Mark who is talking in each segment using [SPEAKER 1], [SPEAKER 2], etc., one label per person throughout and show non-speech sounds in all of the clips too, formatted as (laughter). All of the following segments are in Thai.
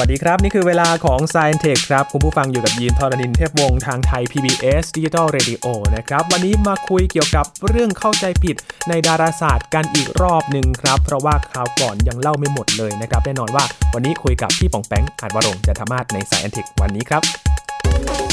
[SPEAKER 1] วัสดีครับ นี่คือเวลาของ s c i e n t e c h ครับ คุณผู้ฟังอยู่กับยีนทรณินเทพวงศ์ทางไทย PBS Digital Radio นะครับ วันนี้มาคุยเกี่ยวกับเรื่องเข้าใจผิดในดาราศาสตร์กันอีกรอบหนึ่งครับ เพราะว่าคราวก่อนยังเล่าไม่หมดเลยนะครับ แน่นอนว่าวันนี้คุยกับพี่ปองแปงอาจวรงค์จันทมาศใน s c i e n t e c h วันนี้ครับ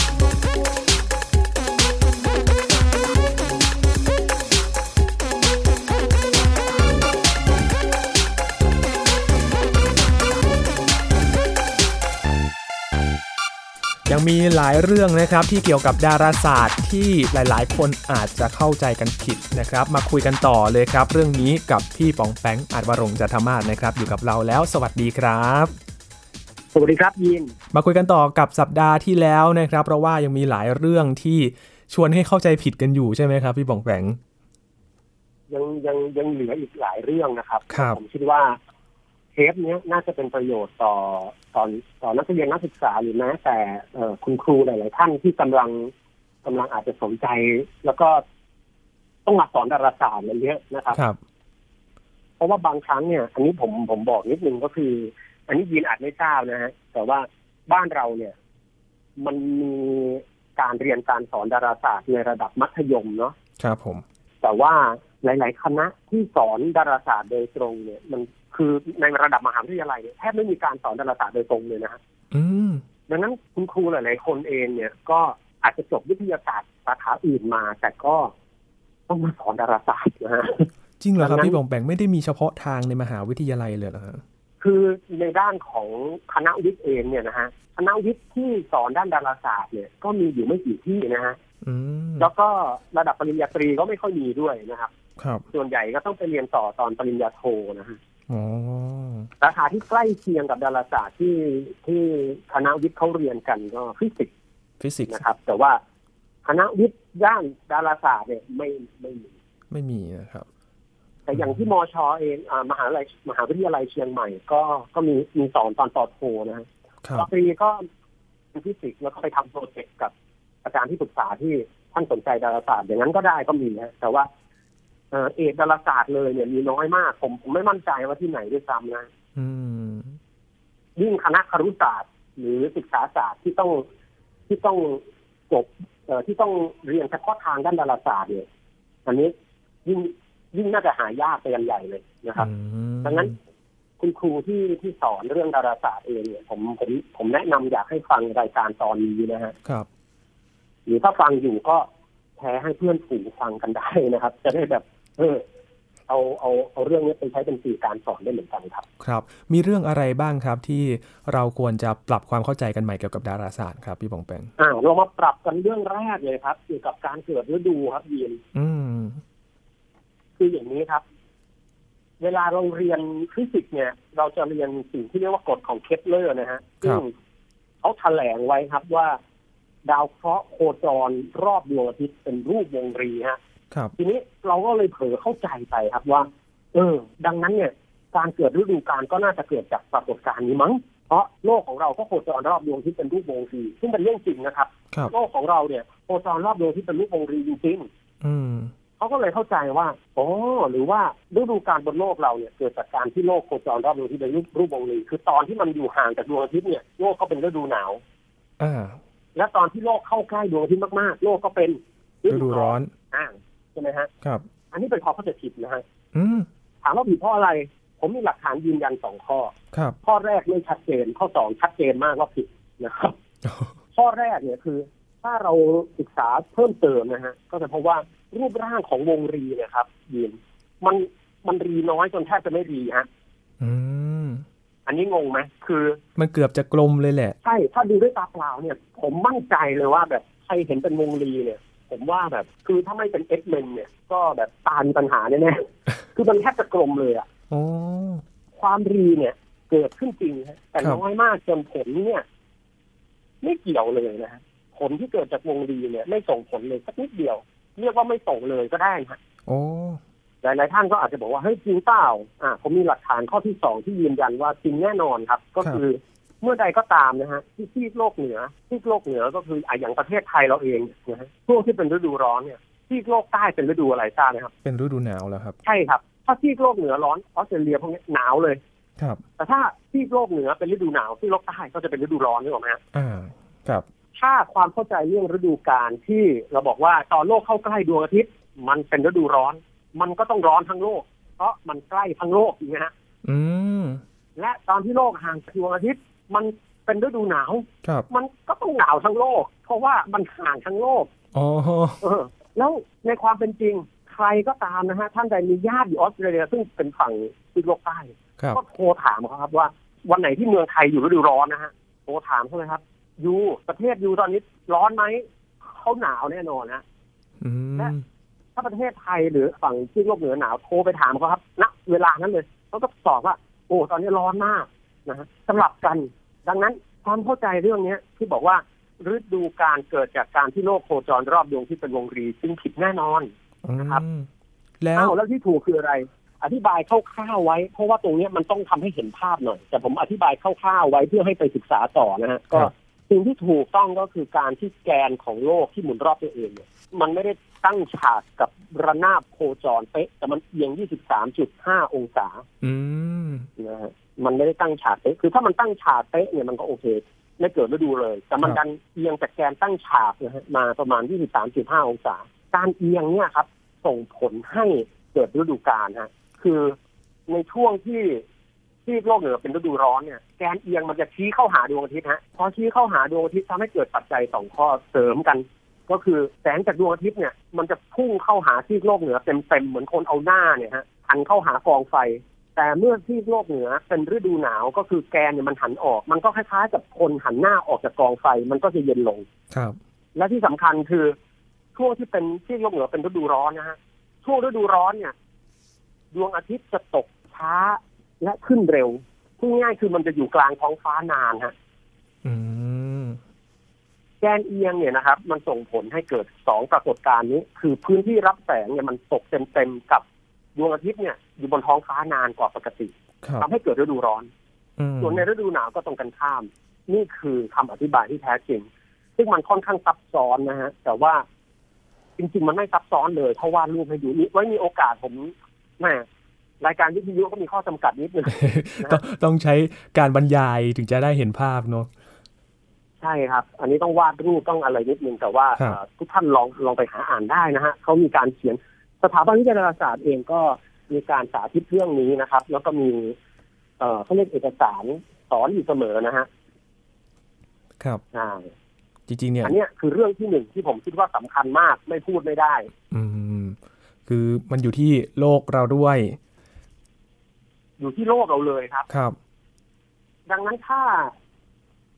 [SPEAKER 1] ยังมีหลายเรื่องนะครับที่เกี่ยวกับดาราศาสตร์ที่หลายๆ คนอาจจะเข้าใจกันผิดนะครับ มาคุยกันต่อเลยครับ เรื่องนี้กับพี่ปองแปงอาจวรงค์จันทมาศนะครับ อยู่กับเราแล้ว สวัสดีครับ
[SPEAKER 2] สวัสดีครับยิน
[SPEAKER 1] มาคุยกันต่อกับสัปดาห์ที่แล้วนะครับ เพราะว่ายังมีหลายเรื่องที่ชวนให้เข้าใจผิดกันอยู่ใช่ไหมครับ พี่ปองแปง
[SPEAKER 2] ยังยังยังเหลืออีกหลายเรื่องนะครับ
[SPEAKER 1] ครับ
[SPEAKER 2] ผมคิดว่าเทปเนี้ยน่าจะเป็นประโยชน์ต่อต่อต่อนักเรียนนักศึกษาหรือแม้แต่เอ่อคุณครูหลาย ๆ ท่านที่กำลังกำลังอาจจะสนใจ แล้วก็ต้องมาสอนดาราศาสตร์อะไรเยอะนะครับ
[SPEAKER 1] ครับ
[SPEAKER 2] เพราะว่าบางครั้งเนี่ย อันนี้ผมผมบอกนิดนึงก็คือ อันนี้ยินอาจไม่ทราบนะฮะแต่ว่าบ้านเราเนี่ย มันมีการเรียนการสอนดาราศาสตร์ในระดับมัธยมเนาะ
[SPEAKER 1] ครับผม
[SPEAKER 2] แต่ว่าหลาย ๆ คณะที่สอนดาราศาสตร์โดยตรงเนี่ย มันคือในระดับมหาวิทยาลัยเนี่ยแทบไม่มีการสอนดาราศาสตร์โดยตรงเลยนะฮะ
[SPEAKER 1] อืม
[SPEAKER 2] ดังนั้นคุณครูหลาย ๆ คนเองเนี่ย ก็อาจจะจบวิทยาศาสตร์สาขาอื่นมา แต่ก็ต้องมาสอนดาราศาสตร์นะฮ (laughs) ะ
[SPEAKER 1] จริงเหรอครับ
[SPEAKER 2] ดังนั้น
[SPEAKER 1] พี่ปองแปงไม่ได้มีเฉพาะทางในมหาวิทยาลัยเลยเหรอฮะ
[SPEAKER 2] คือในด้านของคณะวิทย์เองเนี่ยนะฮะคณะวิทย์ที่สอนด้านดาราศาสตร์เนี่ยก็มีอยู่ไม่กี่ที่นะฮะ
[SPEAKER 1] อืม
[SPEAKER 2] แล้วก็ระดับปริญญาตรีก็ไม่ค่อยมีด้วยนะครับ
[SPEAKER 1] ครับ
[SPEAKER 2] ส่วนใหญ่ก็ต้องไปเรียนต่อตอนปริญญาโทนะฮะ
[SPEAKER 1] อ๋อ
[SPEAKER 2] สาขาที่ใกล้เคียงกับดาราศาสตร์ที่ที่คณะวิทย์เขาเรียนกันก็ฟิสิกส์
[SPEAKER 1] ฟิสิกส์
[SPEAKER 2] นะครับ แต่ว่าคณะวิทย์ด้านดาราศาสตร์เนี่ยไม่ไม่มี
[SPEAKER 1] ไม่มีนะครับ
[SPEAKER 2] แต่อย่างที่มอชอเองอ่ามหาวิทยาลัยมหาวิทยาลัยเชียงใหม่ก็ก็มีมีสอนตอนปอโทนะฮะ
[SPEAKER 1] ครับ
[SPEAKER 2] ปอตรีก็เป็นฟิสิกส์แล้วก็ไปทำโปรเจกต์กับอาจารย์ที่ปรึกษาที่ท่านสนใจดาราศาสตร์อย่างนั้นก็ได้ก็มีนะแต่ว่าเอ่อเอกดาราศาสตร์เลยเนี่ยมีน้อยมาก ผมผมไม่มั่นใจว่าที่ไหนด้วยซ้ำนะ
[SPEAKER 1] อืม
[SPEAKER 2] ยิ่งคณะครุศาสตร์ หรือศึกษาศาสตร์ที่ต้องที่ต้องจบเอ่อที่ต้องเรียนเฉพาะทางด้านดาราศาสตร์เนี่ยอันนี้ยิ่งยิ่งน่าจะหายากไปกันใหญ่เลยนะครับ
[SPEAKER 1] อืม
[SPEAKER 2] ดังนั้นคุณครูที่ที่สอนเรื่องดาราศาสตร์เองเนี่ยผมผมผมแนะนำอยากให้ฟังรายการตอนนี้นะฮะ
[SPEAKER 1] ครับ
[SPEAKER 2] หรือถ้าฟังอยู่ก็แชร์ให้เพื่อนฝูงฟังกันได้นะครับ (laughs) จะได้แบบ เออ เอาเอาเอาเรื่องนี้ไปใช้เป็นสื่อการสอนได้เหมือนกันครับ
[SPEAKER 1] ครับ มีเรื่องอะไรบ้างครับที่เราควรจะปรับความเข้าใจกันใหม่เกี่ยวกับดาราศาสตร์ครับพี่ปองแปง
[SPEAKER 2] อ่าเรามาปรับกันเรื่องแรกเลยครับเกี่ยวกับการเกิดฤดูครับยีน
[SPEAKER 1] อืม
[SPEAKER 2] คืออย่างนี้ครับ เวลาเราเรียนฟิสิกส์เนี่ย เราจะเรียนสิ่งที่เรียกว่ากฎของเคปเลอร์นะฮะ
[SPEAKER 1] ครั
[SPEAKER 2] ซึ่
[SPEAKER 1] บ
[SPEAKER 2] งเขาแถลงไว้ครับว่า ดาวเคราะห์โคจรรอบดวงอาทิตย์เป็นรูปวงรีฮะ
[SPEAKER 1] ครับ
[SPEAKER 2] ทีนี้เราก็เลยเผลอเข้าใจไปครับว่า เออ ดังนั้นเนี่ย การเกิดฤดูกาลก็น่าจะเกิดจากปรากฏการณ์นี้มั้ง เพราะโลกของเราก็โคจรรอบดวงอาทิตย์เป็นรูปวงรีซึ่งเป็นเรื่องจริงนะครับ
[SPEAKER 1] ครับ
[SPEAKER 2] โลกของเราเนี่ยโคจรรอบดวงอาที่เป็นรูปวงรีจริง
[SPEAKER 1] อืม
[SPEAKER 2] ๆเขาก็เลยเข้าใจว่าอ๋อหรือว่าฤดูกาลบนโลกเราเนี่ยเกิดจากการที่โลกโคจรรอบดวงอาที่เป็นรูปรูปวงรีคือตอนที่มันอยู่ห่างจากดวงอาทิตย์เนี่ยโลกก็เป็นฤดูหนาว
[SPEAKER 1] อ่า
[SPEAKER 2] และตอนที่โลกเข้าใกล้ดวงอาทิตย์มากๆ โลกก็เป็น
[SPEAKER 1] ฤดูร้อน
[SPEAKER 2] อ่าใช่ไหมฮะ
[SPEAKER 1] ครับ
[SPEAKER 2] อันนี้เป็นข้อเข้าใจผิดนะฮะ
[SPEAKER 1] อืม
[SPEAKER 2] ถามว่าผิดเพราะอะไร ผมมีหลักฐานยืนยันสองข้อ
[SPEAKER 1] ครับ (laughs)
[SPEAKER 2] ข้อแรกไม่ชัดเจนข้อสองชัดเจนมากว่าผิดนะครับ ข้อแรกเนี่ยคือ ถ้าเราศึกษาเพิ่มเติมนะฮะก็จะพบว่ารูปร่างของวงรีเนะครับยีนมันมันรีน้อยจนแทบจะไม่รีฮะ
[SPEAKER 1] อืม
[SPEAKER 2] อันนี้งงไหมคือ
[SPEAKER 1] มันเกือบจะกลมเลยแหละ
[SPEAKER 2] ใช่ ถ้าดูด้วยตาเปล่าเนี่ย ผมมั่นใจเลยว่าแบบใครเห็นเป็นวงรีเนี่ย ผมว่าแบบคือถ้าไม่เป็นเอ็กเมนเนี่ย ก็แบบตามีปัญหาแน่ๆ (laughs) คือมันแทบจะกลมเลยอะ
[SPEAKER 1] โอ้
[SPEAKER 2] ความรีเนี่ย เกิดขึ้นจริงฮะแต่
[SPEAKER 1] ครับ
[SPEAKER 2] น้อยมากจนผลเนี่ย ไม่เกี่ยวเลยนะฮะผลที่เกิดจากวงรีเนี่ย ไม่ส่งผลเลยสักนิดเดียว เรียกว่าไม่ส่งเลยก็ได้ฮะ
[SPEAKER 1] โอ้
[SPEAKER 2] หลายๆท่านก็อาจจะบอกว่าเฮ้ยจริงเปล่าอ่าผมมีหลักฐานข้อที่สองที่ยืนยันว่าจริงแน่นอนครับ ก็คือเมื่อใดก็ตามนะฮะที่ซีกโลกเหนือซีกโลกเหนือก็คืออ่ะอย่างประเทศไทยเราเองนะฮะช่วงที่เป็นฤดูร้อนเนี่ยซีกโลกใต้เป็นฤดูอะไรทราบไหมครับ
[SPEAKER 1] เป็นฤดูหนาวแล้วครับ
[SPEAKER 2] ใช่ครับ ถ้าซีกโลกเหนือร้อนออสเตรเลียพวกเนี้ยหนาวเลย
[SPEAKER 1] ครับ
[SPEAKER 2] แต่ถ้าซีกโลกเหนือเป็นฤดูหนาวซีกโลกใต้ก็จะเป็นฤดูร้อนนึกออกไหมฮะ
[SPEAKER 1] อ่า ครับ
[SPEAKER 2] ถ้าความเข้าใจเรื่องฤดูกาลที่เราบอกว่าตอนโลกเข้าใกล้ดวงอาทิตย์ มันเป็นฤดูร้อน มันก็ต้องร้อนทั้งโลก เพราะมันใกล้ทั้งโลกอย่างเงี้ยฮะ
[SPEAKER 1] อืม
[SPEAKER 2] และตอนที่โลกห่างจากดวงอาทิตย์ มันเป็นฤดูหนาว
[SPEAKER 1] ครับ
[SPEAKER 2] มันก็ต้องหนาวทั้งโลก เพราะว่ามันห่างทั้งโลก
[SPEAKER 1] อ๋อ
[SPEAKER 2] เออแล้วในความเป็นจริงใครก็ตามนะฮะท่านใดมีญาติอยู่ออสเตรเลียซึ่งเป็นฝั่งซีกโลกใต้
[SPEAKER 1] ครับ
[SPEAKER 2] ก็โทรถามเขาครับว่าวันไหนที่เมืองไทยอยู่ฤดูร้อนนะฮะโทรถามเขาเลยครับยูประเทศยูตอนนี้ร้อนไหมเขาหนาวแน่นอนนะ
[SPEAKER 1] อืม
[SPEAKER 2] และ ถ้าประเทศไทยหรือฝั่งซีกโลกเหนือหนาวโทรไปถามเขาครับณเวลานั้นเลยเขาก็ตอบว่า โอ้ตอนนี้ร้อนมากนะฮะสำหรับกัน ดังนั้นความเข้าใจเรื่องเนี้ยที่บอกว่าฤดูการเกิดจากการที่โลกโคจรรอบดวงอาที่เป็นวงรีซึ่งผิดแน่นอน
[SPEAKER 1] อืม
[SPEAKER 2] นะครับ
[SPEAKER 1] แล้
[SPEAKER 2] อ้าว วแล้วที่ถูกคืออะไร อธิบายคร่าวๆไว้ เพราะว่าตรงเนี้ยมันต้องทำให้เห็นภาพหน่อย แต่ผมอธิบายคร่าวๆไว้เพื่อให้ไปศึกษาต่อนะฮะก็
[SPEAKER 1] ครับ
[SPEAKER 2] สิ่งที่ถูกต้องก็คือการที่แกนของโลกที่หมุนรอบตัวเองเนี่ยมันไม่ได้ตั้งฉากกับระนาบโคจรเป๊ะแต่มันเอียง 23.5 องศา
[SPEAKER 1] อืม
[SPEAKER 2] นะฮะมันไม่ได้ตั้งฉากเป๊ะคือถ้ามันตั้งฉากเป๊ะเนี่ยมันก็โอเคไม่เกิดฤดูเลย แต่มั
[SPEAKER 1] ค
[SPEAKER 2] น
[SPEAKER 1] รับ
[SPEAKER 2] ดันเอียงจากแกนตั้งฉากนะฮะมาประมาณ 23.5 องศา การเอียงเนี่ยครับ ส่งผลให้เกิดฤดูกาลฮะ คือในช่วงที่ที่โลกเหนือเป็นฤดูร้อนเนี่ย แกนเอียงมันจะชี้เข้าหาดวงอาทิตย์ฮะ พอชี้เข้าหาดวงอาทิตย์ทำให้เกิดปัจจัยสองข้อเสริมกัน ก็คือแสงจากดวงอาทิตย์เนี่ย มันจะพุ่งเข้าหาที่โลกเหนือเต็มๆเหมือนคนเอาหน้าเนี่ยฮะหันเข้าหากองไฟ แต่เมื่อที่โลกเหนือเป็นฤดูหนาวก็คือแกนเนี่ยมันหันออก มันก็คล้ายๆกับคนหันหน้าออกจากกองไฟ มันก็จะเย็นลง
[SPEAKER 1] ครับ
[SPEAKER 2] และที่สำคัญคือช่วงที่เป็นที่ลงเหนือเป็นฤดูร้อนนะฮะช่วงฤดูร้อนเนี่ย ดวงอาทิตย์จะตกช้าและขึ้นเร็วพูดง่ายๆคือมันจะอยู่กลางท้องฟ้านานฮะ
[SPEAKER 1] อืม
[SPEAKER 2] แกนเอียงเนี่ยนะครับ มันส่งผลให้เกิดสองปรากฏการณ์นี้ คือพื้นที่รับแสงเนี่ยมันตกเต็มๆกับดวงอาทิตย์เนี่ย อยู่บนท้องฟ้านานกว่าปกติ
[SPEAKER 1] ครับ
[SPEAKER 2] ทำให้เกิดฤดูร้อน
[SPEAKER 1] อืม
[SPEAKER 2] ส่วนในฤดูหนาวก็ตรงกันข้าม นี่คือคำอธิบายที่แท้จริง ซึ่งมันค่อนข้างซับซ้อนนะฮะ แต่ว่าจริง ๆ มันไม่ซับซ้อนเลยเพราะวาดรูปให้ดูนี่ไว้มีโอกาสผมแหม่รายการวิทยุก็มีข้อจำกัดนิด
[SPEAKER 1] (laughs)
[SPEAKER 2] นึง
[SPEAKER 1] ต้องต้องใช้การบรรยายถึงจะได้เห็นภาพเนาะ
[SPEAKER 2] ใช่ครับ อันนี้ต้องวาดรูปต้องอะไรนิดนึงแต่ว่า
[SPEAKER 1] ครับ
[SPEAKER 2] เอ่อทุกท่านลองลองไปหาอ่านได้นะฮะเขามีการเขียนสถาบันวิทยาศาสตร์เองก็มีการสาธิตเรื่องนี้นะครับ แล้วก็มีเอ่อเขาเรียกเอกสารสอนอยู่เสมอนะฮะ
[SPEAKER 1] ครับ
[SPEAKER 2] ใช่
[SPEAKER 1] จริง ๆ เนี่ย
[SPEAKER 2] อันเนี้ยคือเรื่องที่หนึ่งที่ผมคิดว่าสำคัญมากไม่พูดไม่ได้
[SPEAKER 1] อืม คือมันอยู่ที่โลกเราด้วย
[SPEAKER 2] อยู่ที่โลกเราเลยครับ
[SPEAKER 1] ครับ
[SPEAKER 2] ดังนั้นถ้า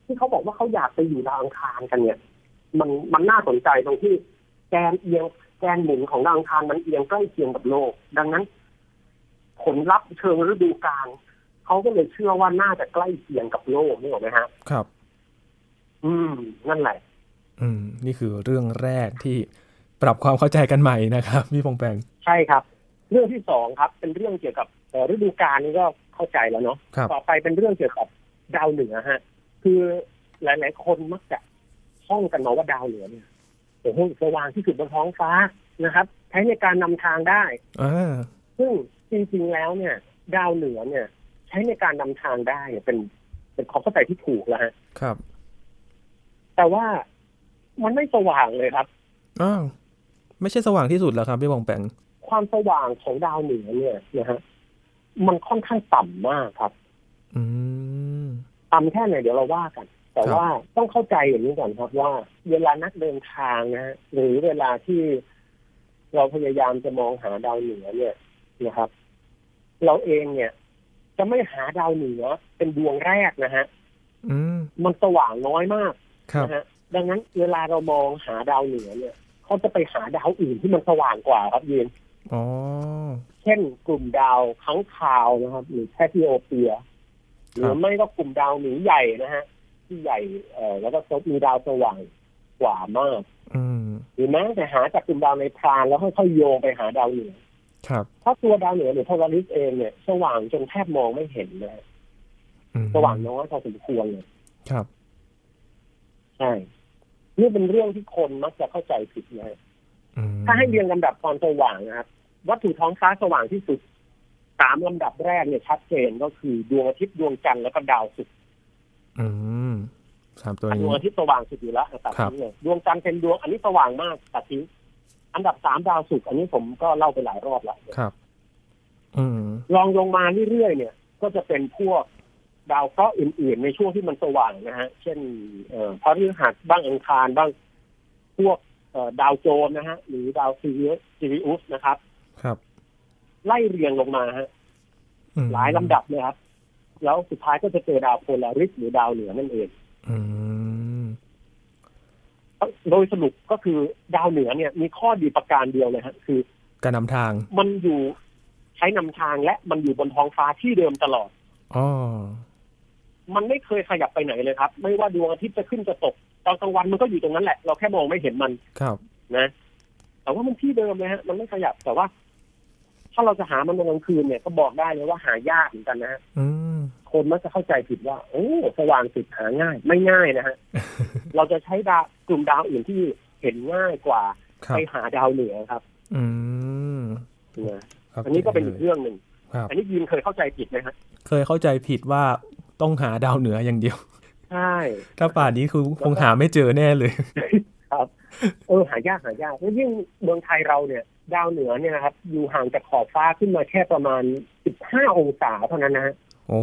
[SPEAKER 2] ที่เขาบอกว่าเขาอยากไปอยู่ดาวอังคารกันเนี่ย มันมันน่าสนใจตรงที่แกนเอียงแกนหมุนของดาวอังคารมันเอียงใกล้เคียงกับโลก ดังนั้น ผลลัพธ์เชิงฤดูกาลเขาก็เลยเชื่อว่าน่าจะใกล้เคียงกับโลกนี่หรอกไหมฮะ
[SPEAKER 1] ครับ
[SPEAKER 2] อืม นั่นแหละ
[SPEAKER 1] อืม นี่คือเรื่องแรกที่ปรับความเข้าใจกันใหม่นะครับ พี่พงแปง
[SPEAKER 2] ใช่ครับ เรื่องที่สองครับ เป็นเรื่องเกี่ยวกับเอ่อฤดูกาลนี่ก็เข้าใจแล้วเนาะ
[SPEAKER 1] ครับ
[SPEAKER 2] ต่อไปเป็นเรื่องเกี่ยวกับดาวเหนือฮะ คือหลาย ๆ คนมักจะท่องกันมาว่าดาวเหนือเนี่ยโอ้โหสว่างที่สุดบนท้องฟ้านะครับใช้ในการนำทางได้
[SPEAKER 1] อ่า
[SPEAKER 2] ซึ่งจริง ๆ แล้วเนี่ย ดาวเหนือเนี่ย ใช้ในการนำทางได้เนี่ยเป็นเป็นความเข้าใจที่ถูกแล้วฮะ
[SPEAKER 1] ครับ
[SPEAKER 2] แต่ว่ามันไม่สว่างเลยครับ
[SPEAKER 1] อ้าว ไม่ใช่สว่างที่สุดแล้วครับพี่พงแปง
[SPEAKER 2] ความสว่างของดาวเหนือเนี่ยนะฮะมันค่อนข้างต่ำมากครับ
[SPEAKER 1] อืม
[SPEAKER 2] ต่ำแค่ไหนเดี๋ยวเราว่ากัน แต่
[SPEAKER 1] ครับ
[SPEAKER 2] ว่าต้องเข้าใจอย่างนี้ก่อนครับว่า เวลานักเดินทางนะฮะหรือเวลาที่เราพยายามจะมองหาดาวเหนือเนี่ยนะครับ เราเองเนี่ย จะไม่หาดาวเหนือเป็นดวงแรกนะฮะ
[SPEAKER 1] อืม
[SPEAKER 2] มันสว่างน้อยมาก
[SPEAKER 1] ครับ
[SPEAKER 2] นะฮะดังนั้นเวลาเรามองหาดาวเหนือเนี่ยเขาจะไปหาดาวอื่นที่มันสว่างกว่าครับยีน
[SPEAKER 1] อ๋อ
[SPEAKER 2] เช่น กลุ่มดาวค้างคาวนะครับ หรือแคทิโอเปีย หรือไม่ก็กลุ่มดาวหมีใหญ่นะฮะ ที่ใหญ่เอ่อแล้วก็มีดาวสว่างกว่ามาก
[SPEAKER 1] อืม
[SPEAKER 2] หรือแม้แต่หาจากกลุ่มดาวในพรานแล้วค่อยๆโยงไปหาดาวเหนือ
[SPEAKER 1] ครับ
[SPEAKER 2] เพราะตัวดาวเหนือหรือพวาริสเองเนี่ยสว่างจนแทบมองไม่เห็นนะฮะ
[SPEAKER 1] อืม
[SPEAKER 2] สว่างน้อยพอสมควรเลย
[SPEAKER 1] ครับ
[SPEAKER 2] ใช่นี่เป็นเรื่องที่คนมักจะเข้าใจผิดนะฮะ
[SPEAKER 1] อืม
[SPEAKER 2] ถ้าให้เรียงลำดับความสว่างนะครับวัตถุท้องฟ้าสว่างที่สุด สามลำดับแรกเนี่ยชัดเจนก็คือดวงอาทิตย์ดวงจันทร์แล้วก็ดาวศุกร์
[SPEAKER 1] อืมสามตัว
[SPEAKER 2] ด
[SPEAKER 1] นี้
[SPEAKER 2] วงอาทิตย์สว่างสุดอยู่แล้วตัดทิ้งเลยดวงจันทร์เป็นดวงอันนี้สว่างมากตัดทิ้งอันดับสามดาวศุกร์อันนี้ผมก็เล่าไปหลายรอบแล้ว
[SPEAKER 1] ครับ อืม
[SPEAKER 2] ลองลงมาเรื่อยๆเนี่ย ก็จะเป็นพวกดาวเคราะห์อื่น ๆ ในช่วงที่มันสว่างนะฮะ เช่น เอ่อพระฤหัสบ้างอังคารบ้างพวกเอ่อดาวโจรนะฮะ หรือดาวซีเรียสซีริอุสนะครับ
[SPEAKER 1] ครับ
[SPEAKER 2] ไล่เรียงลงมาฮะ
[SPEAKER 1] อืม
[SPEAKER 2] หลายลำดับเลยครับ แล้วสุดท้ายก็จะเจอดาวโพลาริสหรือดาวเหนือนั่นเอง
[SPEAKER 1] อืม
[SPEAKER 2] โดยสรุปก็คือดาวเหนือเนี่ย มีข้อดีประการเดียวเลยฮะคือ
[SPEAKER 1] การนำทาง
[SPEAKER 2] มันอยู่ใช้นำทางและมันอยู่บนท้องฟ้าที่เดิมตลอด
[SPEAKER 1] อ๋อ
[SPEAKER 2] มันไม่เคยขยับไปไหนเลยครับ ไม่ว่าดวงอาทิตย์จะขึ้นจะตกตอนกลางวันมันก็อยู่ตรงนั้นแหละ เราแค่มองไม่เห็นมัน
[SPEAKER 1] ครับ
[SPEAKER 2] นะ แต่ว่ามันที่เดิมเลยฮะ มันไม่ขยับแต่ว่า ถ้าเราจะหามันตอนกลางคืนเนี่ยก็บอกได้เลยว่าหายากเหมือนกันนะฮะ
[SPEAKER 1] อืม
[SPEAKER 2] คนมักจะเข้าใจผิดว่า โอ้สว่างสุดหาง่าย ไม่ง่าย
[SPEAKER 1] (laughs)
[SPEAKER 2] นะฮะ เราจะใช้ดาวกลุ่มดาวอื่นที่เห็นง่ายกว่า
[SPEAKER 1] ครับ
[SPEAKER 2] ไปหาดาวเหนือครับ
[SPEAKER 1] อืม
[SPEAKER 2] นะครับ อันนี้ก็เป็นอีกเรื่องหนึ่ง
[SPEAKER 1] ครับ
[SPEAKER 2] อันนี้ยินเคยเข้าใจผิดไหมฮะ
[SPEAKER 1] เคยเข้าใจผิดว่าต้องหาดาวเหนืออย่างเดียว (laughs)
[SPEAKER 2] ใช่
[SPEAKER 1] ถ้าป่านนี้คือคงหาไม่เจอแน่เลย (laughs)
[SPEAKER 2] เออหายากหายากแล้วยิ่งเมืองไทยเราเนี่ย ดาวเหนือเนี่ยนะครับ อยู่ห่างจากขอบฟ้าขึ้นมาแค่ประมาณ 15 องศาเท่านั้นนะฮะ
[SPEAKER 1] โอ้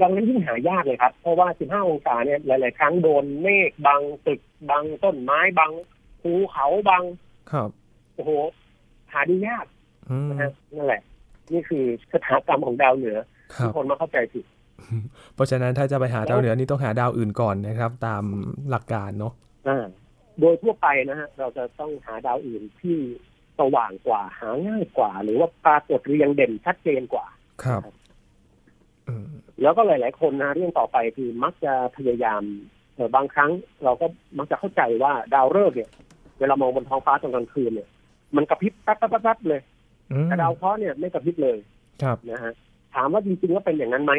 [SPEAKER 2] ดังนั้นยิ่งหายากเลยครับ เพราะว่า 15 องศาเนี่ยหลาย ๆ ครั้งโดนเมฆบังตึกบังต้นไม้บังภูเขาบัง
[SPEAKER 1] ครับ
[SPEAKER 2] โอ้โห หาดูยาก
[SPEAKER 1] อืม
[SPEAKER 2] นะฮะนั่นแหละ นี่คือสถากรรมของดาวเหนือ
[SPEAKER 1] ครั
[SPEAKER 2] ที่
[SPEAKER 1] บ
[SPEAKER 2] คนมาเข้าใจผิด
[SPEAKER 1] เพราะฉะนั้นถ้าจะไปหาดาวเหนือนี่ต้องหาดาวอื่นก่อนนะครับ ตามหลักการเนาะ
[SPEAKER 2] อ่าโดยทั่วไปนะฮะเราจะต้องหาดาวอื่นที่สว่างกว่าหาง่ายกว่า หรือว่าปรากฏเรียงเด่นชัดเจนกว่า
[SPEAKER 1] ครับ อืม
[SPEAKER 2] แล้วก็หลาย ๆ คนนะเรื่องต่อไปคือมักจะพยายามเอ่อบางครั้งเราก็มักจะเข้าใจว่าดาวฤกษ์เนี่ย เวลามองบนท้องฟ้าตอนกลางคืนเนี่ย มันกระพริบแป๊บแป๊บแป๊บแป๊บเลย
[SPEAKER 1] อืม
[SPEAKER 2] แต่ดาวเคราะห์เนี่ยไม่กระพริบเลย
[SPEAKER 1] ครับ
[SPEAKER 2] นะฮะถามว่าจริงๆว่าเป็นอย่างนั้นไหม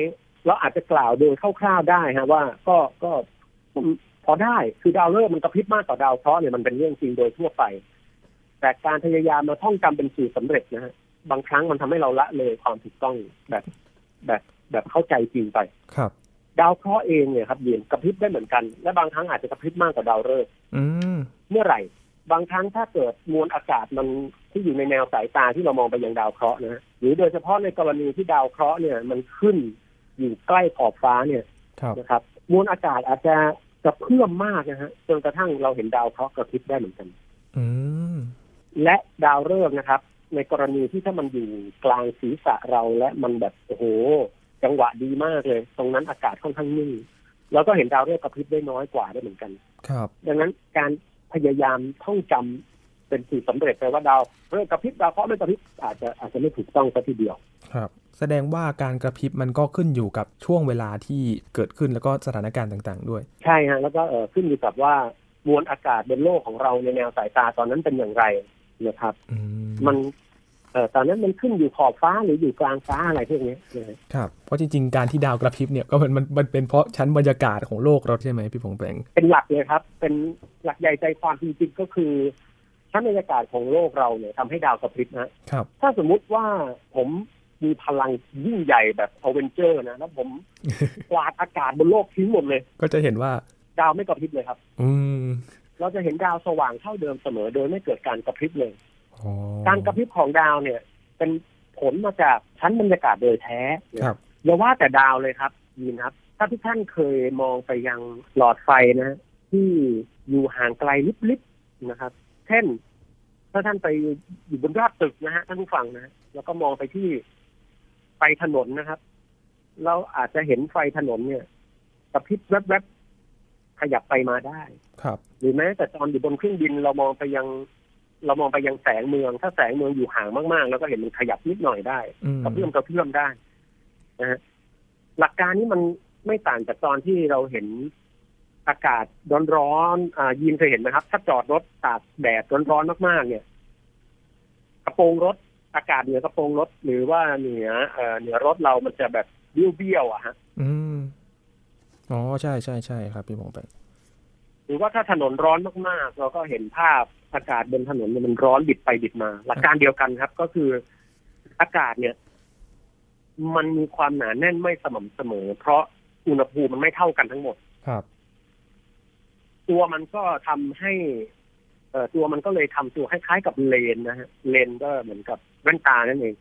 [SPEAKER 2] เราอาจจะกล่าวโดยคร่าวๆได้ฮะว่าก็ก็พอได้คือดาวฤกษ์มันกระพริบมากกว่าดาวเคราะห์เนี่ยมันเป็นเรื่องจริงโดยทั่วไป แต่การพยายามมาท่องจำเป็นสูตรสำเร็จนะฮะบางครั้งมันทำให้เราละเลยความถูกต้องแบบแบบแบบเข้าใจจริงไป
[SPEAKER 1] ครับ
[SPEAKER 2] ดาวเคราะห์เองเนี่ยครับเย็นกระพริบได้เหมือนกัน และบางครั้งอาจจะกระพริบมากกว่าดาวฤกษ์
[SPEAKER 1] อืม
[SPEAKER 2] เมื่อไหร่ บางครั้งถ้าเกิดมวลอากาศมันที่อยู่ในแนวสายตาที่เรามองไปยังดาวเคราะห์นะฮะหรือโดยเฉพาะในกรณีที่ดาวเคราะห์เนี่ยมันขึ้นอยู่ใกล้ขอบฟ้าเนี่ย
[SPEAKER 1] ครับ
[SPEAKER 2] นะครับ มวลอากาศอาจจะกระเพื่อมมากนะฮะจนกระทั่งเราเห็นดาวเคราะห์กระพริบได้เหมือนกัน
[SPEAKER 1] อืม
[SPEAKER 2] และดาวฤกษ์นะครับ ในกรณีที่ถ้ามันอยู่กลางศีรษะเราและมันแบบโอ้โห จังหวะดีมากเลย ตรงนั้นอากาศค่อนข้างนิ่งแล้วก็เห็นดาวฤกษ์กระพริบได้น้อยกว่าได้เหมือนกัน
[SPEAKER 1] ครับ
[SPEAKER 2] ดังนั้นการพยายามท่องจำเป็นสูตรสำเร็จไปว่าดาวฤกษ์กระพริบดาวเคราะห์ไม่กระพริบอาจจะอาจจะไม่ถูกต้องซะทีเดียว
[SPEAKER 1] ครับ แสดงว่าการกระพริบมันก็ขึ้นอยู่กับช่วงเวลาที่เกิดขึ้นแล้วก็สถานการณ์ต่างๆ ด้วย
[SPEAKER 2] ใช่ฮะแล้วก็เอ่อขึ้นอยู่กับว่ามวลอากาศบนโลกของเราในแนวสายตาตอนนั้นเป็นอย่างไรนะครับ
[SPEAKER 1] อืม
[SPEAKER 2] มันเอ่อตอนนั้นมันขึ้นอยู่ขอบฟ้าหรืออยู่กลางฟ้าอะไรพวกเนี้ยนะฮะ
[SPEAKER 1] ครับ เพราะจริงๆ การที่ดาวกระพริบเนี่ย (laughs) ก็มันมันมันเป็นเพราะชั้นบรรยากาศของโลกเราใช่ไหมพี่พงษ์แปง
[SPEAKER 2] เป็นหลักเลยครับ เป็นหลักใหญ่ใจความจริงๆก็คือชั้นบรรยากาศของโลกเราเนี่ยทำให้ดาวกระพริบนะ
[SPEAKER 1] ครับ
[SPEAKER 2] ถ้าสมมุติว่าผมมีพลังยิ่งใหญ่แบบอเวนเจอร์นะแล้วผม กวาดอากาศบนโลกทิ้งหมดเลย
[SPEAKER 1] ก็จะเห็นว่า
[SPEAKER 2] ดาวไม่กระพริบเลยครับ
[SPEAKER 1] อืม
[SPEAKER 2] เราจะเห็นดาวสว่างเท่าเดิมเสมอโดยไม่เกิดการกระพริบเลย
[SPEAKER 1] อ๋อ
[SPEAKER 2] การกระพริบของดาวเนี่ย เป็นผลมาจากชั้นบรรยากาศโดยแท้
[SPEAKER 1] ค
[SPEAKER 2] นะ
[SPEAKER 1] รับ
[SPEAKER 2] อย่าว่าแต่ดาวเลยครับยีนครับ ถ้าทุกท่านเคยมองไปยังหลอดไฟนะฮะที่อยู่ห่างไกลลิบๆนะครับ เช่น ถ้าท่านไปอยู่บนยอดตึกนะฮะท่านผู้ฟังนะฮะแล้วก็มองไปที่ไฟถนนนะครับ เราอาจจะเห็นไฟถนนเนี่ยกระพริบแวบๆขยับไปมาได้
[SPEAKER 1] ครับ
[SPEAKER 2] หรือแม้แต่ตอนอยู่บนเครื่องบินเรามองไปยัง เรามองไปยังแสงเมือง ถ้าแสงเมืองอยู่ห่างมากๆ แล้วก็เห็นมันขยับนิดหน่อยได้
[SPEAKER 1] อืม
[SPEAKER 2] กระเพื่อมกระเพื่อมได้นะฮะหลักการนี้มันไม่ต่างจากตอนที่เราเห็นอากาศร้อนๆอ่ายีนเคยเห็นไหมครับ ถ้าจอดรถตากแดดร้อนๆมากๆ เนี่ย กระโปรงรถ อากาศเหนือกระโปรงรถ หรือว่าเหนือเอ่อเหนือรถเรามันจะแบบเบี้ยวๆอะฮะ
[SPEAKER 1] อืมอ๋อ ใช่ใช่ใช่ครับพี่พงษ์แปง
[SPEAKER 2] หรือว่าถ้าถนนร้อนมากๆ เราก็เห็นภาพอากาศบนถนนเนี่ยมันร้อนบิดไปบิดมา หลักการเดียวกันครับ ก็คืออากาศเนี่ย มันมีความหนาแน่นไม่สม่ำเสมอ เพราะอุณหภูมิมันไม่เท่ากันทั้งหมด
[SPEAKER 1] ครับ
[SPEAKER 2] ตัวมันก็ทำให้ เอ่อตัวมันก็เลยทำตัวคล้ายๆกับเลนนะฮะเลนก็เหมือนกับแว่นตานั่นเอง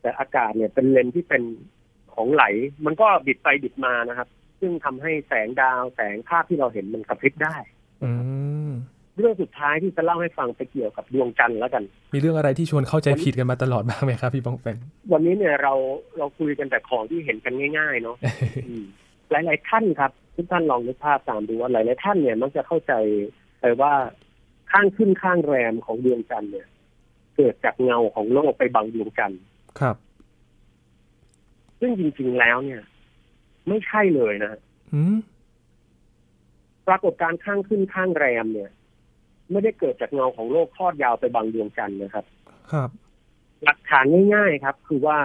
[SPEAKER 2] แต่อากาศเนี่ยเป็นเลนที่เป็นของไหล มันก็บิดไปบิดมานะครับ ซึ่งทำให้แสงดาวแสงภาพที่เราเห็นมันกระพริบได้
[SPEAKER 1] อืม
[SPEAKER 2] เรื่องสุดท้ายที่จะเล่าให้ฟังไปเกี่ยวกับดวงจันทร์แล้วกัน
[SPEAKER 1] มีเรื่องอะไรที่ชวนเข้าใจผิดกันมาตลอดบ้างไหมครับพี่ป้องแปง
[SPEAKER 2] วันนี้เนี่ยเราเราคุยกันแต่ของที่เห็นกันง่ายๆเนาะ อืมหลาย ๆ ท่านครับทุกท่านลองนึกภาพตามดูว่าหลาย ๆ ท่านเนี่ยมักจะเข้าใจไปว่าข้างขึ้นข้างแรมของดวงจันทร์เนี่ย เกิดจากเงาของโลกไปบังดวงจันทร์
[SPEAKER 1] ครับ
[SPEAKER 2] ซึ่งจริง ๆ แล้วเนี่ย ไม่ใช่เลยนะฮะ
[SPEAKER 1] อืม
[SPEAKER 2] ปรากฏการณ์ข้างขึ้นข้างแรมเนี่ย ไม่ได้เกิดจากเงาของโลกทอดยาวไปบังดวงจันทร์นะครับ
[SPEAKER 1] ครับ
[SPEAKER 2] หลักฐานง่ายๆครับ คือว่า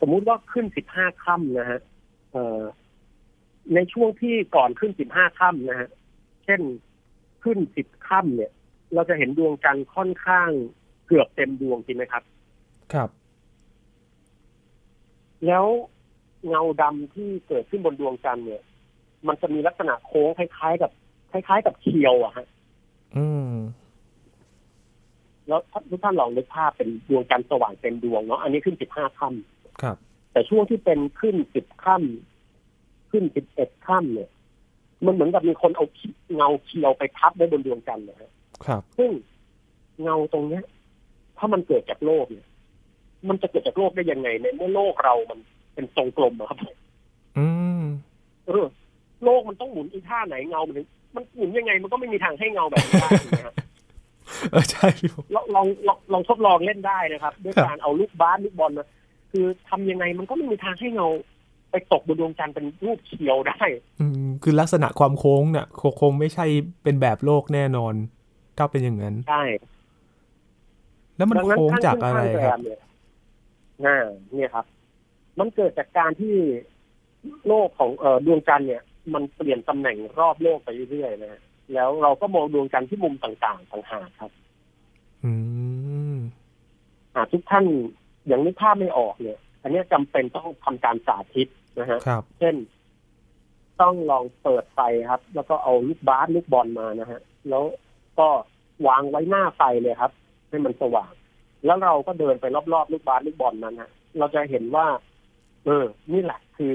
[SPEAKER 2] สมมุติว่าขึ้นสิบห้าค่ำนะฮะเอ่อในช่วงที่ก่อนขึ้นสิบห้าค่ำนะฮะเช่นขึ้นสิบค่ำเนี่ย เราจะเห็นดวงจันทร์ค่อนข้างเกือบเต็มดวงจริงไหมครับ
[SPEAKER 1] ครับ
[SPEAKER 2] แล้วเงาดำที่เกิดขึ้นบนดวงจันทร์เนี่ย มันจะมีลักษณะโค้งคล้ายๆ กับ คล้าย ๆ กับเขียวอะฮะ
[SPEAKER 1] อืม
[SPEAKER 2] แล้วทุกท่านลองนึกภาพเป็นดวงจันทร์สว่างเต็มดวงเนาะอันนี้ขึ้นสิบห้าค่ำ
[SPEAKER 1] ครับ
[SPEAKER 2] แต่ช่วงที่เป็นขึ้นสิบค่ำขึ้นสิบเอ็ดค่ำเนี่ย มันเหมือนกับมีคนเอาเงาเขียวไปทับไว้บนดวงจันทร์นะฮะ
[SPEAKER 1] ครับ
[SPEAKER 2] ซึ่งเงาตรงเนี้ย ถ้ามันเกิดจากโลกเนี่ย มันจะเกิดจากโลกได้ยังไงในเมื่อโลกเรามันเป็นทรงกลมอะครับ
[SPEAKER 1] อืม
[SPEAKER 2] เออโลกมันต้องหมุนอีท่าไหนเงามันถึงมันหมุนยังไง มันก็ไม่มีทางให้เงาแบบนี้ได้ถูกไหมฮะ
[SPEAKER 1] เออใช่พี่ป้อง
[SPEAKER 2] ลองลองลองลองทดลองเล่นได้นะครับ ด้วย
[SPEAKER 1] ครับ
[SPEAKER 2] การเอาลูกบาสลูกบอลมาคือทำยังไงมันก็ไม่มีทางให้เงา ไปตกบนดวงจันทร์เป็นรูปเขียวได้
[SPEAKER 1] อืม คือลักษณะความโค้งเนี่ยคงคงไม่ใช่เป็นแบบโลกแน่นอน ถ้าเป็นอย่างนั้น
[SPEAKER 2] ใช่
[SPEAKER 1] แล้วมัน
[SPEAKER 2] ดันั้น
[SPEAKER 1] โค้ง
[SPEAKER 2] ข้าง
[SPEAKER 1] จาก
[SPEAKER 2] ขึ้น
[SPEAKER 1] อะไร
[SPEAKER 2] ข้างแร
[SPEAKER 1] ครับ
[SPEAKER 2] มเนี่ยอ่าเนี่ยครับ มันเกิดจากการที่โลกของเอ่อดวงจันทร์เนี่ย มันเปลี่ยนตำแหน่งรอบโลกไปเรื่อยๆนะฮะแล้วเราก็มองดวงจันทร์ที่มุมต่างๆต่างหากครับ
[SPEAKER 1] อืม
[SPEAKER 2] หากทุกท่านยังนึกภาพไม่ออกเนี่ย อันเนี้ยจำเป็นต้องทำการสาธิตนะฮะ
[SPEAKER 1] ครับ
[SPEAKER 2] เช่น ต้องลองเปิดไฟครับ แล้วก็เอาลูกบาสลูกบอลมานะฮะ แล้วก็วางไว้หน้าไฟเลยครับ ให้มันสว่าง แล้วเราก็เดินไปรอบๆลูกบาสลูกบอลนั้นฮะ เราจะเห็นว่า เออ นี่แหละคือ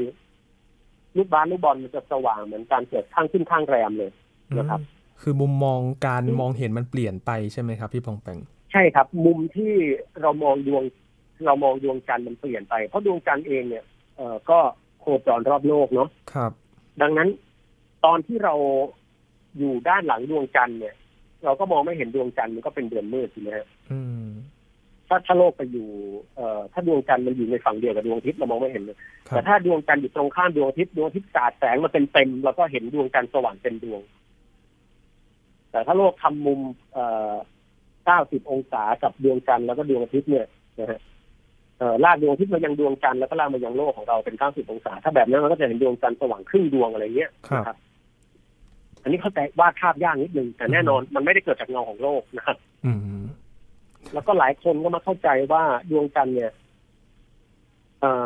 [SPEAKER 2] ลูกบาสลูกบอลมันจะสว่างเหมือนการเกิดข้างขึ้นข้างแรมเลย นะครับ
[SPEAKER 1] อืมคือมุมมองการ
[SPEAKER 2] อืม
[SPEAKER 1] มองเห็นมันเปลี่ยนไปใช่ไหมครับ พี่ปองแปง
[SPEAKER 2] ใช่ครับ มุมที่เรามองดวง เรามองดวงจันทร์มันเปลี่ยนไป เพราะดวงจันทร์เองเนี่ยเออก็โคจรรอบโลกเนาะ
[SPEAKER 1] ครับ
[SPEAKER 2] ดังนั้นตอนที่เราอยู่ด้านหลังดวงจันทร์เนี่ย เราก็มองไม่เห็นดวงจันทร์มันก็เป็นเดือนมืดใช่ไหมฮะ
[SPEAKER 1] อืม
[SPEAKER 2] ถ้าถ้าโลกไปอยู่เอ่อถ้าดวงจันทร์มันอยู่ในฝั่งเดียวกับดวงอาทิตย์เรามองไม่เห็นเลย
[SPEAKER 1] ครั
[SPEAKER 2] แต่
[SPEAKER 1] บ
[SPEAKER 2] ถ้าดวงจันทร์อยู่ตรงข้ามดวงอาทิตย์ดวงอาทิตย์สาดแสงมาเป็นเต็มๆเราก็เห็นดวงจันทร์สว่างเต็มดวง แต่ถ้าโลกทำมุมเอ่อ90 องศากับดวงจันทร์แล้วก็ดวงอาทิตย์เนี่ยนะฮะเอ่อลากดวงอาทิตย์มายังดวงจันทร์แล้วก็ลากมายังโลกของเราเป็น 90 องศา ถ้าแบบนั้นเราก็จะเห็นดวงจันทร์สว่างครึ่งดวงอะไรเงี้ยนะอันนี้เข้าใจวาดภาพยากนิดนึงแต่แน่นอนมันไม่ได้เกิดจากเงาของโลกนะครับ
[SPEAKER 1] อืม
[SPEAKER 2] แล้วก็หลายคนก็มาเข้าใจว่าดวงจันทร์เนี่ยเอ่อ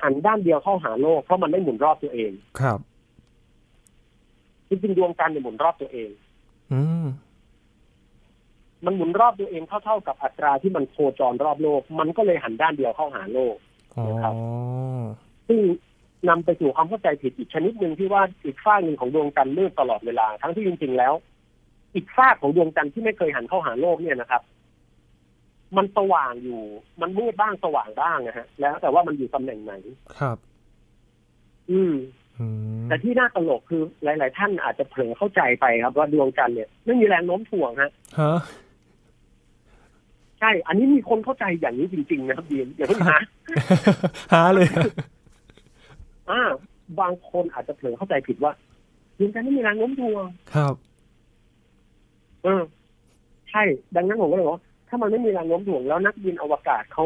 [SPEAKER 2] หันด้านเดียวเข้าหาโลกเพราะมันไม่หมุนรอบตัวเอง
[SPEAKER 1] ครับ
[SPEAKER 2] จริงๆดวงจันทร์เนี่ยหมุนรอบตัวเอง
[SPEAKER 1] อืม
[SPEAKER 2] มันหมุนรอบตัวเองเท่าๆกับอัตราที่มันโคจรรอบโลก มันก็เลยหันด้านเดียวเข้าหาโลก
[SPEAKER 1] อ๋อ
[SPEAKER 2] นะครับ ซึ่งนำไปสู่ความเข้าใจผิดอีกชนิดหนึ่งที่ว่าอีกฝ้ากหนึ่งของดวงจันทร์มืดตลอดเวลา ทั้งที่จริงๆแล้ว อีกฝ้ากของดวงจันทร์ที่ไม่เคยหันเข้าหาโลกเนี่ยนะครับ มันสว่างอยู่ มันมืดบ้างสว่างบ้างนะฮะ แล้วแต่ว่ามันอยู่ตำแหน่งไหน
[SPEAKER 1] ครับ
[SPEAKER 2] อืม
[SPEAKER 1] อืม
[SPEAKER 2] แต่ที่น่าตลกคือหลาย ๆ ท่านอาจจะเผลอเข้าใจไปครับ ว่าดวงจันทร์เนี่ยไม่มีแรงโน้มถ่วงฮะ (laughs)
[SPEAKER 1] ฮะ
[SPEAKER 2] ใช่ อันนี้มีคนเข้าใจอย่างนี้จริง ๆ นะครับเดียนอย่าเพิ่งนะ
[SPEAKER 1] ฮะเลยอะ
[SPEAKER 2] อ่า บางคนอาจจะเผลอเข้าใจผิดว่าดวงจันทร์ไม่มีแรงโน้มถ่วง
[SPEAKER 1] ครับ
[SPEAKER 2] เออใช่ ดังนั้นผมก็เลยบอกว่าถ้ามันไม่มีแรงโน้มถ่วงแล้วนักบินอวกาศเขา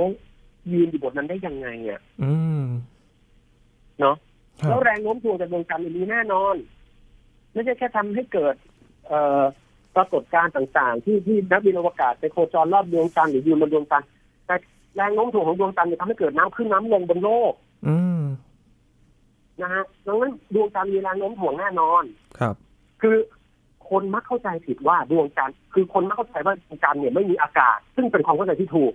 [SPEAKER 2] ยืนอยู่บนนั้นได้ยังไงอ่ะ
[SPEAKER 1] อืม
[SPEAKER 2] เนอะ
[SPEAKER 1] ครั
[SPEAKER 2] แล้
[SPEAKER 1] บ
[SPEAKER 2] วแรงโน้มถ่วงจากดวงจันทร์มันมีแน่นอน ไม่ใช่แค่ทำให้เกิด เอ่อปรากฏการณ์ต่างๆ ที่ที่นักบินอวกาศไปโคจรรอบดวงจันทร์หรือยืนบนดวงจันทร์แต่ แรงโน้มถ่วงของดวงจันทร์เนี่ยทำให้เกิดน้ำขึ้นน้ำลงบนโลก
[SPEAKER 1] อืม
[SPEAKER 2] นะฮะดังนั้นดวงจันทร์มีแรงโน้มถ่วงแน่นอน
[SPEAKER 1] ครับ
[SPEAKER 2] คือคนมักเข้าใจผิดว่าดวงจันทร์คือคนมักเข้าใจว่าดวงจันทร์เนี่ยไม่มีอากาศ ซึ่งเป็นความเข้าใจที่ถูก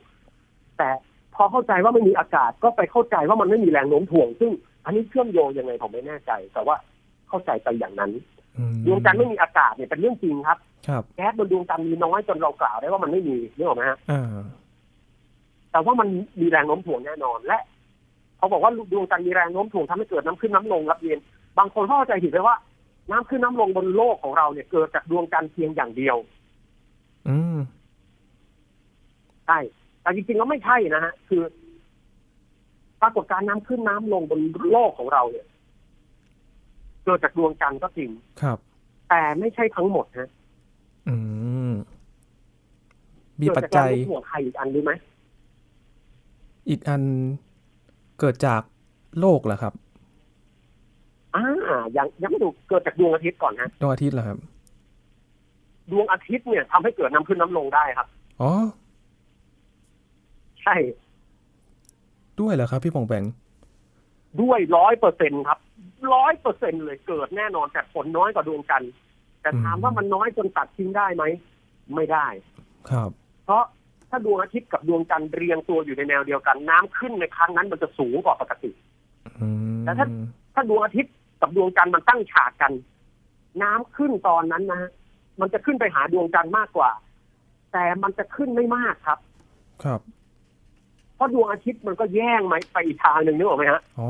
[SPEAKER 2] แต่พอเข้าใจว่าไม่มีอากาศก็ไปเข้าใจว่ามันไม่มีแรงโน้มถ่วง ซึ่งอันนี้เชื่อมโยงยังไงผมไม่แน่ใจ แต่ว่าเข้าใจไปอย่างนั้น
[SPEAKER 1] อืม
[SPEAKER 2] ดวงจันทร์ไม่มีอากาศเนี่ยเป็นเรื่องจริงครับ
[SPEAKER 1] ครับ
[SPEAKER 2] แก๊สบนดวงจันทร์มีน้อยจนเรากล่าวได้ว่ามันไม่มีนึกออกไหมฮะ
[SPEAKER 1] อ่า
[SPEAKER 2] แต่ว่ามันมีแรงโน้มถ่วงแน่นอน และเขาบอกว่าดวงจันทร์มีแรงโน้มถ่วงทำให้เกิดน้ำขึ้นน้ำลงรับเย็นบางคนเข้าใจผิดไปว่า น้ำขึ้นน้ำลงบนโลกของเราเนี่ยเกิดจากดวงจันทร์เพียงอย่างเดียว
[SPEAKER 1] อืม
[SPEAKER 2] ใช่ แต่จริงๆแล้วไม่ใช่นะฮะ คือ ปรากฏการณ์น้ำขึ้นน้ำลงบนโลกของเราเนี่ย เกิดจากดวงจันทร์ก็จริง
[SPEAKER 1] ครับ
[SPEAKER 2] แต่ไม่ใช่ทั้งหมดนะ
[SPEAKER 1] อืมมี
[SPEAKER 2] เกิด
[SPEAKER 1] ปัจ
[SPEAKER 2] จา
[SPEAKER 1] จั
[SPEAKER 2] ก
[SPEAKER 1] ย
[SPEAKER 2] การห่วงใครอีกอันรู้ไหม
[SPEAKER 1] อีกอันเกิดจากโลกเหรอครับ
[SPEAKER 2] อ่า ยังยังไม่ดูเกิดจากดวงอาทิตย์ก่อนนะ
[SPEAKER 1] ดวงอาทิตย์เหรอครับ
[SPEAKER 2] ดวงอาทิตย์เนี่ยทำให้เกิดน้ำขึ้นน้ำลงได้ครับ
[SPEAKER 1] อ๋อ
[SPEAKER 2] ใช่
[SPEAKER 1] ด้วยเหรอครับ พี่ปองแปง
[SPEAKER 2] ด้วยร้อยเปอร์เซ็นครับ ร้อยเปอร์เซ็นเลยเกิดแน่นอนแต่ผลน้อยกว่าดวงจันทร์ แต่ถามว่ามันน้อยจนตัดทิ้งได้ไหม ไม่ได้
[SPEAKER 1] ครับ
[SPEAKER 2] เพราะถ้าดวงอาทิตย์กับดวงจันทร์เรียงตัวอยู่ในแนวเดียวกันน้ำขึ้นในครั้งนั้นมันจะสูงกว่าปกติ
[SPEAKER 1] อืม
[SPEAKER 2] แต่ถ้า ถ้าดวงอาทิตย์กับดวงจันทร์มันตั้งฉากกัน น้ำขึ้นตอนนั้นนะฮะมันจะขึ้นไปหาดวงจันทร์มากกว่า แต่มันจะขึ้นไม่มากครับ
[SPEAKER 1] ครับ
[SPEAKER 2] เพราะดวงอาทิตย์มันก็แย่งไหมไปอีกทางหนึ่งนึกออกไหมฮะ
[SPEAKER 1] อ๋อ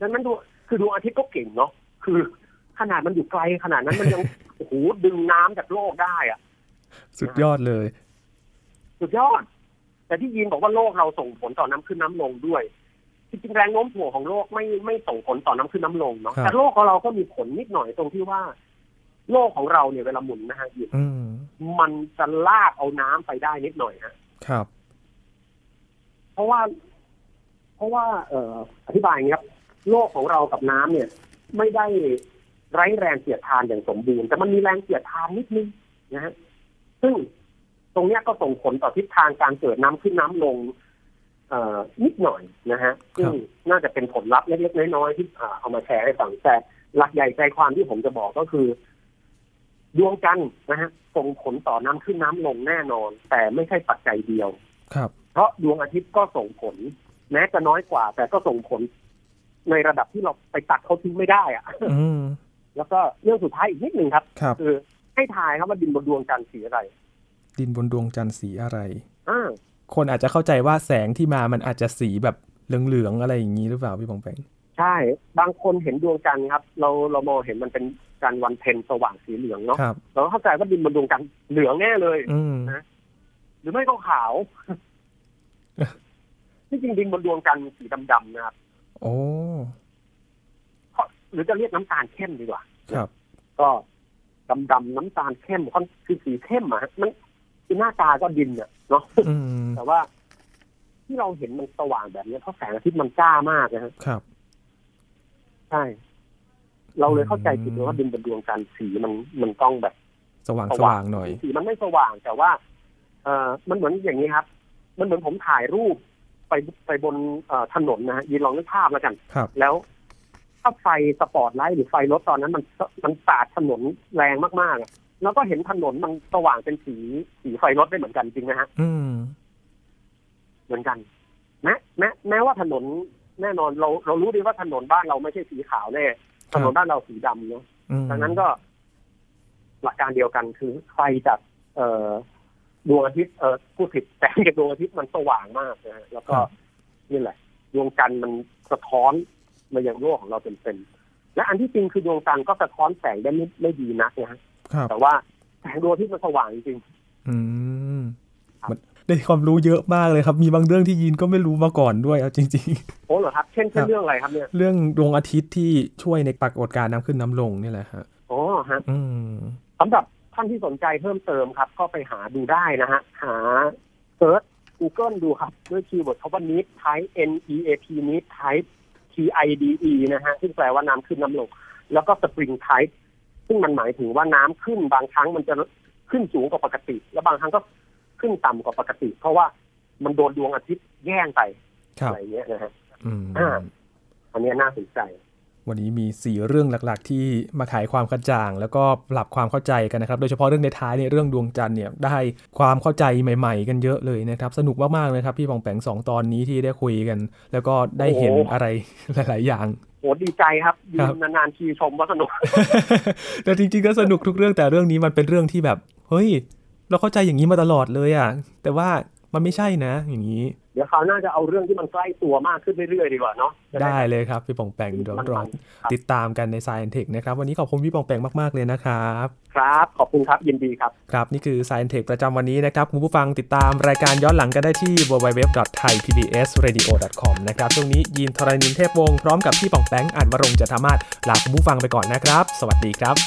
[SPEAKER 2] ดังนั้นดวงคือดวงอาทิตย์ก็เก่งเนาะคือขนาดมันอยู่ไกลขนาดนั้นมันยัง (laughs) โอ้โหดึงน้ำจากโลกได้อะ
[SPEAKER 1] สุดยอดเลย
[SPEAKER 2] สุดยอด แต่ที่ยีนบอกว่าโลกเราส่งผลต่อน้ำขึ้นน้ำลงด้วย จริงๆแรงโน้มถ่วงของโลกไม่ไม่ส่งผลต่อน้ำขึ้นน้ำลงเนาะ
[SPEAKER 1] ครับ
[SPEAKER 2] แต่โลกของเราก็มีผลนิดหน่อยตรงที่ว่า โลกของเราเนี่ยเวลาหมุนนะฮะยีน
[SPEAKER 1] อืม
[SPEAKER 2] มันจะลากเอาน้ำไปได้นิดหน่อยฮะ
[SPEAKER 1] ครับ
[SPEAKER 2] เพราะว่า เพราะว่า เอ่ออธิบายอย่างนี้ครับ โลกของเรากับน้ำเนี่ย ไม่ได้ไร้แรงเสียดทานอย่างสมบูรณ์แต่มันมีแรงเสียดทานนิดนึงนะฮะซึ่งตรงเนี้ยก็ส่งผลต่อทิศทางการเกิดน้ำขึ้นน้ำลง เอ่อนิดหน่อยนะฮะซึ่งน่าจะเป็นผลลัพธ์เล็กๆน้อยๆที่อ่าเอามาแชร์ให้ฟังแต่หลักใหญ่ใจความที่ผมจะบอกก็คือ ดวงจันทร์นะฮะส่งผลต่อน้ำขึ้นน้ำลงแน่นอน แต่ไม่ใช่ปัจจัยเดียว
[SPEAKER 1] ครับ
[SPEAKER 2] เพราะดวงอาทิตย์ก็ส่งผล แม้จะน้อยกว่า แต่ก็ส่งผล ในระดับที่เราไปตัดเขาทิ้งไม่ได้อะ (laughs)
[SPEAKER 1] อืม
[SPEAKER 2] แล้วก็เรื่องสุดท้ายอีกนิดหนึ่งครับ
[SPEAKER 1] ครับ
[SPEAKER 2] คือให้ทายครับว่าดินบนดวงจันทร์สีอะไร
[SPEAKER 1] ดินบนดวงจันทร์สีอะไร
[SPEAKER 2] อ่า
[SPEAKER 1] คนอาจจะเข้าใจว่าแสงที่มามันอาจจะสีแบบเหลืองๆอะไรอย่างนี้หรือเปล่าพี่ปองแปง
[SPEAKER 2] ใช่ บางคนเห็นดวงจันทร์ครับ เราเรามองเห็นมันเป็นจันทร์วันเพ็ญสว่างสีเหลืองเนาะ
[SPEAKER 1] ครับ
[SPEAKER 2] เราก็เข้าใจว่าดินบนดวงจันทร์เหลืองแน่เลย
[SPEAKER 1] อืม
[SPEAKER 2] หรือไม่ก็
[SPEAKER 1] (laughs)
[SPEAKER 2] ขาว
[SPEAKER 1] เอ๊ะ
[SPEAKER 2] ที่จริงดินบนดวงจันทร์สีดำๆนะครับ
[SPEAKER 1] โอ้
[SPEAKER 2] เพราะหรือจะเรียกน้ำตาลเข้มดีกว่า
[SPEAKER 1] ครับ
[SPEAKER 2] ก็ดำดำๆน้ำตาลเข้มค่อนคือสีเข้มอะฮะมันคือหน้าตาก็ดินอะเนาะ
[SPEAKER 1] อืม
[SPEAKER 2] แต่ว่า ที่เราเห็นมันสว่างแบบนี้เพราะแสงอาทิตย์มันจ้ามากนะฮะ
[SPEAKER 1] ครับ
[SPEAKER 2] ใช่ เราเลยเข้าใจผิดเลยว่าดินเป็นดวงจันทร์สีมันมันต้องแบบ
[SPEAKER 1] สว่างสว่างหน่อย
[SPEAKER 2] สีมันไม่สว่างแต่ว่า เออมันเหมือนอย่างนี้ครับ มันเหมือนผมถ่ายรูปไปไปบนเอ่อถนนนะฮะยีนลองนึกภาพแล้วกัน
[SPEAKER 1] ครับ
[SPEAKER 2] แล้วถ้าไฟสปอร์ตไลท์หรือไฟรถตอนนั้นมันมันสาดถนนแรงมากๆอะแล้วก็เห็นถนนมันสว่างเป็นสีสีไฟรถได้เหมือนกันจริงนะฮะ
[SPEAKER 1] อืม
[SPEAKER 2] เหมือนกันแม้แม้แม้ว่าถนนแน่นอนเราเรารู้ดีว่าถนนบ้านเราไม่ใช่สีขาวแน่
[SPEAKER 1] ค
[SPEAKER 2] ถ
[SPEAKER 1] รับ
[SPEAKER 2] นนบ้านเราสีดำเนาะ
[SPEAKER 1] อืม
[SPEAKER 2] ดังนั้นก็หลักการเดียวกันคือไฟจากเอ่อดวงอาทิตย์เอ่อผู้ผิดแสงจากดวงอาทิตย์มันสว่างมากนะฮะแล้ว
[SPEAKER 1] ค
[SPEAKER 2] ก็
[SPEAKER 1] รับ
[SPEAKER 2] นี่แหละดวงจันทร์มันสะท้อนมายังโลกของเราเป็นๆและอันที่จริงคือดวงจันทร์ก็สะท้อนแสงได้ไม่ไม่ดีนักนะฮะ
[SPEAKER 1] ครับ
[SPEAKER 2] แต่ว่าแสงดวงอาที่มันสว่างจริง
[SPEAKER 1] อืม
[SPEAKER 2] ครับ
[SPEAKER 1] มันได้ความรู้เยอะมากเลยครับ มีบางเรื่องที่ยินก็ไม่รู้มาก่อนด้วยเอาจริง
[SPEAKER 2] ๆโอ้เหรอครับ เช่น
[SPEAKER 1] ครั
[SPEAKER 2] เช่น
[SPEAKER 1] บ
[SPEAKER 2] เรื่องอะไรครับเนี่ย
[SPEAKER 1] ๆ (laughs) เรื่องดวงอาทิตย์ที่ช่วยในปรากฏการณ์น้ำขึ้นน้ำลงนี่แหละฮะ
[SPEAKER 2] อ๋อฮะ
[SPEAKER 1] อืม
[SPEAKER 2] สำหรับท่านที่สนใจเพิ่มเติมครับ ก็ไปหาดูได้นะฮะ หาเซิร์ช Google ดูครับ ด้วยคีย์เวิร์ดคำว่า need type n e a p need type t i d e นะฮะ ซึ่งแปลว่าน้ำขึ้นน้ำลง แล้วก็ spring type ซึ่งมันหมายถึงว่าน้ำขึ้นบางครั้งมันจะขึ้นสูงกว่าปกติ แล้วบางครั้งก็ ขึ้นต่ำกว่าปกติ เพราะว่ามันโดนดวงอาทิตย์แย่งไป
[SPEAKER 1] ครั
[SPEAKER 2] อะ
[SPEAKER 1] บ
[SPEAKER 2] ไรเงี้ยนะฮะ
[SPEAKER 1] อืม
[SPEAKER 2] อ่า อันเนี้ยน่าสนใจ
[SPEAKER 1] วันนี้มี 4 เรื่องหลักๆ ที่มาขายความกระจ่าง แล้วก็ปรับความเข้าใจกันนะครับ โดยเฉพาะเรื่องในท้ายเนี่ยเรื่องดวงจันทร์เนี่ยได้ความเข้าใจใหม่ ๆ กันเยอะเลยนะครับ สนุกมากๆเลยครับพี่ปองแปงสองตอนนี้ที่ได้คุยกัน แล้วก็ได้เห็น
[SPEAKER 2] โอ้โห
[SPEAKER 1] อะไร (laughs) หลาย ๆ อย่าง
[SPEAKER 2] โหดีใจครับยื
[SPEAKER 1] ครั
[SPEAKER 2] น
[SPEAKER 1] บ
[SPEAKER 2] นานๆทีชมว่าสนุก
[SPEAKER 1] (laughs) แต่จริงๆก็สนุกทุกเรื่องแต่เรื่องนี้มันเป็นเรื่องที่แบบ เฮ้ย เราเข้าใจอย่างนี้มาตลอดเลยอ่ะ แต่ว่ามันไม่ใช่นะ อย่างนี้
[SPEAKER 2] เดี๋ยวคราวหน้าจะเอาเรื่องที่มันใกล้ตัวมากขึ้นเรื่อยๆดีกว่าเนาะจะ
[SPEAKER 1] ได้เลยครับ พี่ปองแปงเดี๋ยวรอติดตามกันใน Science Tech นะครับ วันนี้ขอบคุณพี่ปองแปงมาก ๆ เลยนะครับ
[SPEAKER 2] ครับ ขอบคุณครับยินดีครับ
[SPEAKER 1] ครับ นี่คือ Science Tech ประจำวันนี้นะครับ คุณผู้ฟังติดตามรายการย้อนหลังกันได้ที่ www.thaipbsradio.com นะครับ ช่วงนี้ยีนทรณินเทพวงศ์พร้อมกับพี่ปองแปงอ่านวรงค์จะทามาศลาคุณผู้ฟังไปก่อนนะครับ สวัสดีครับ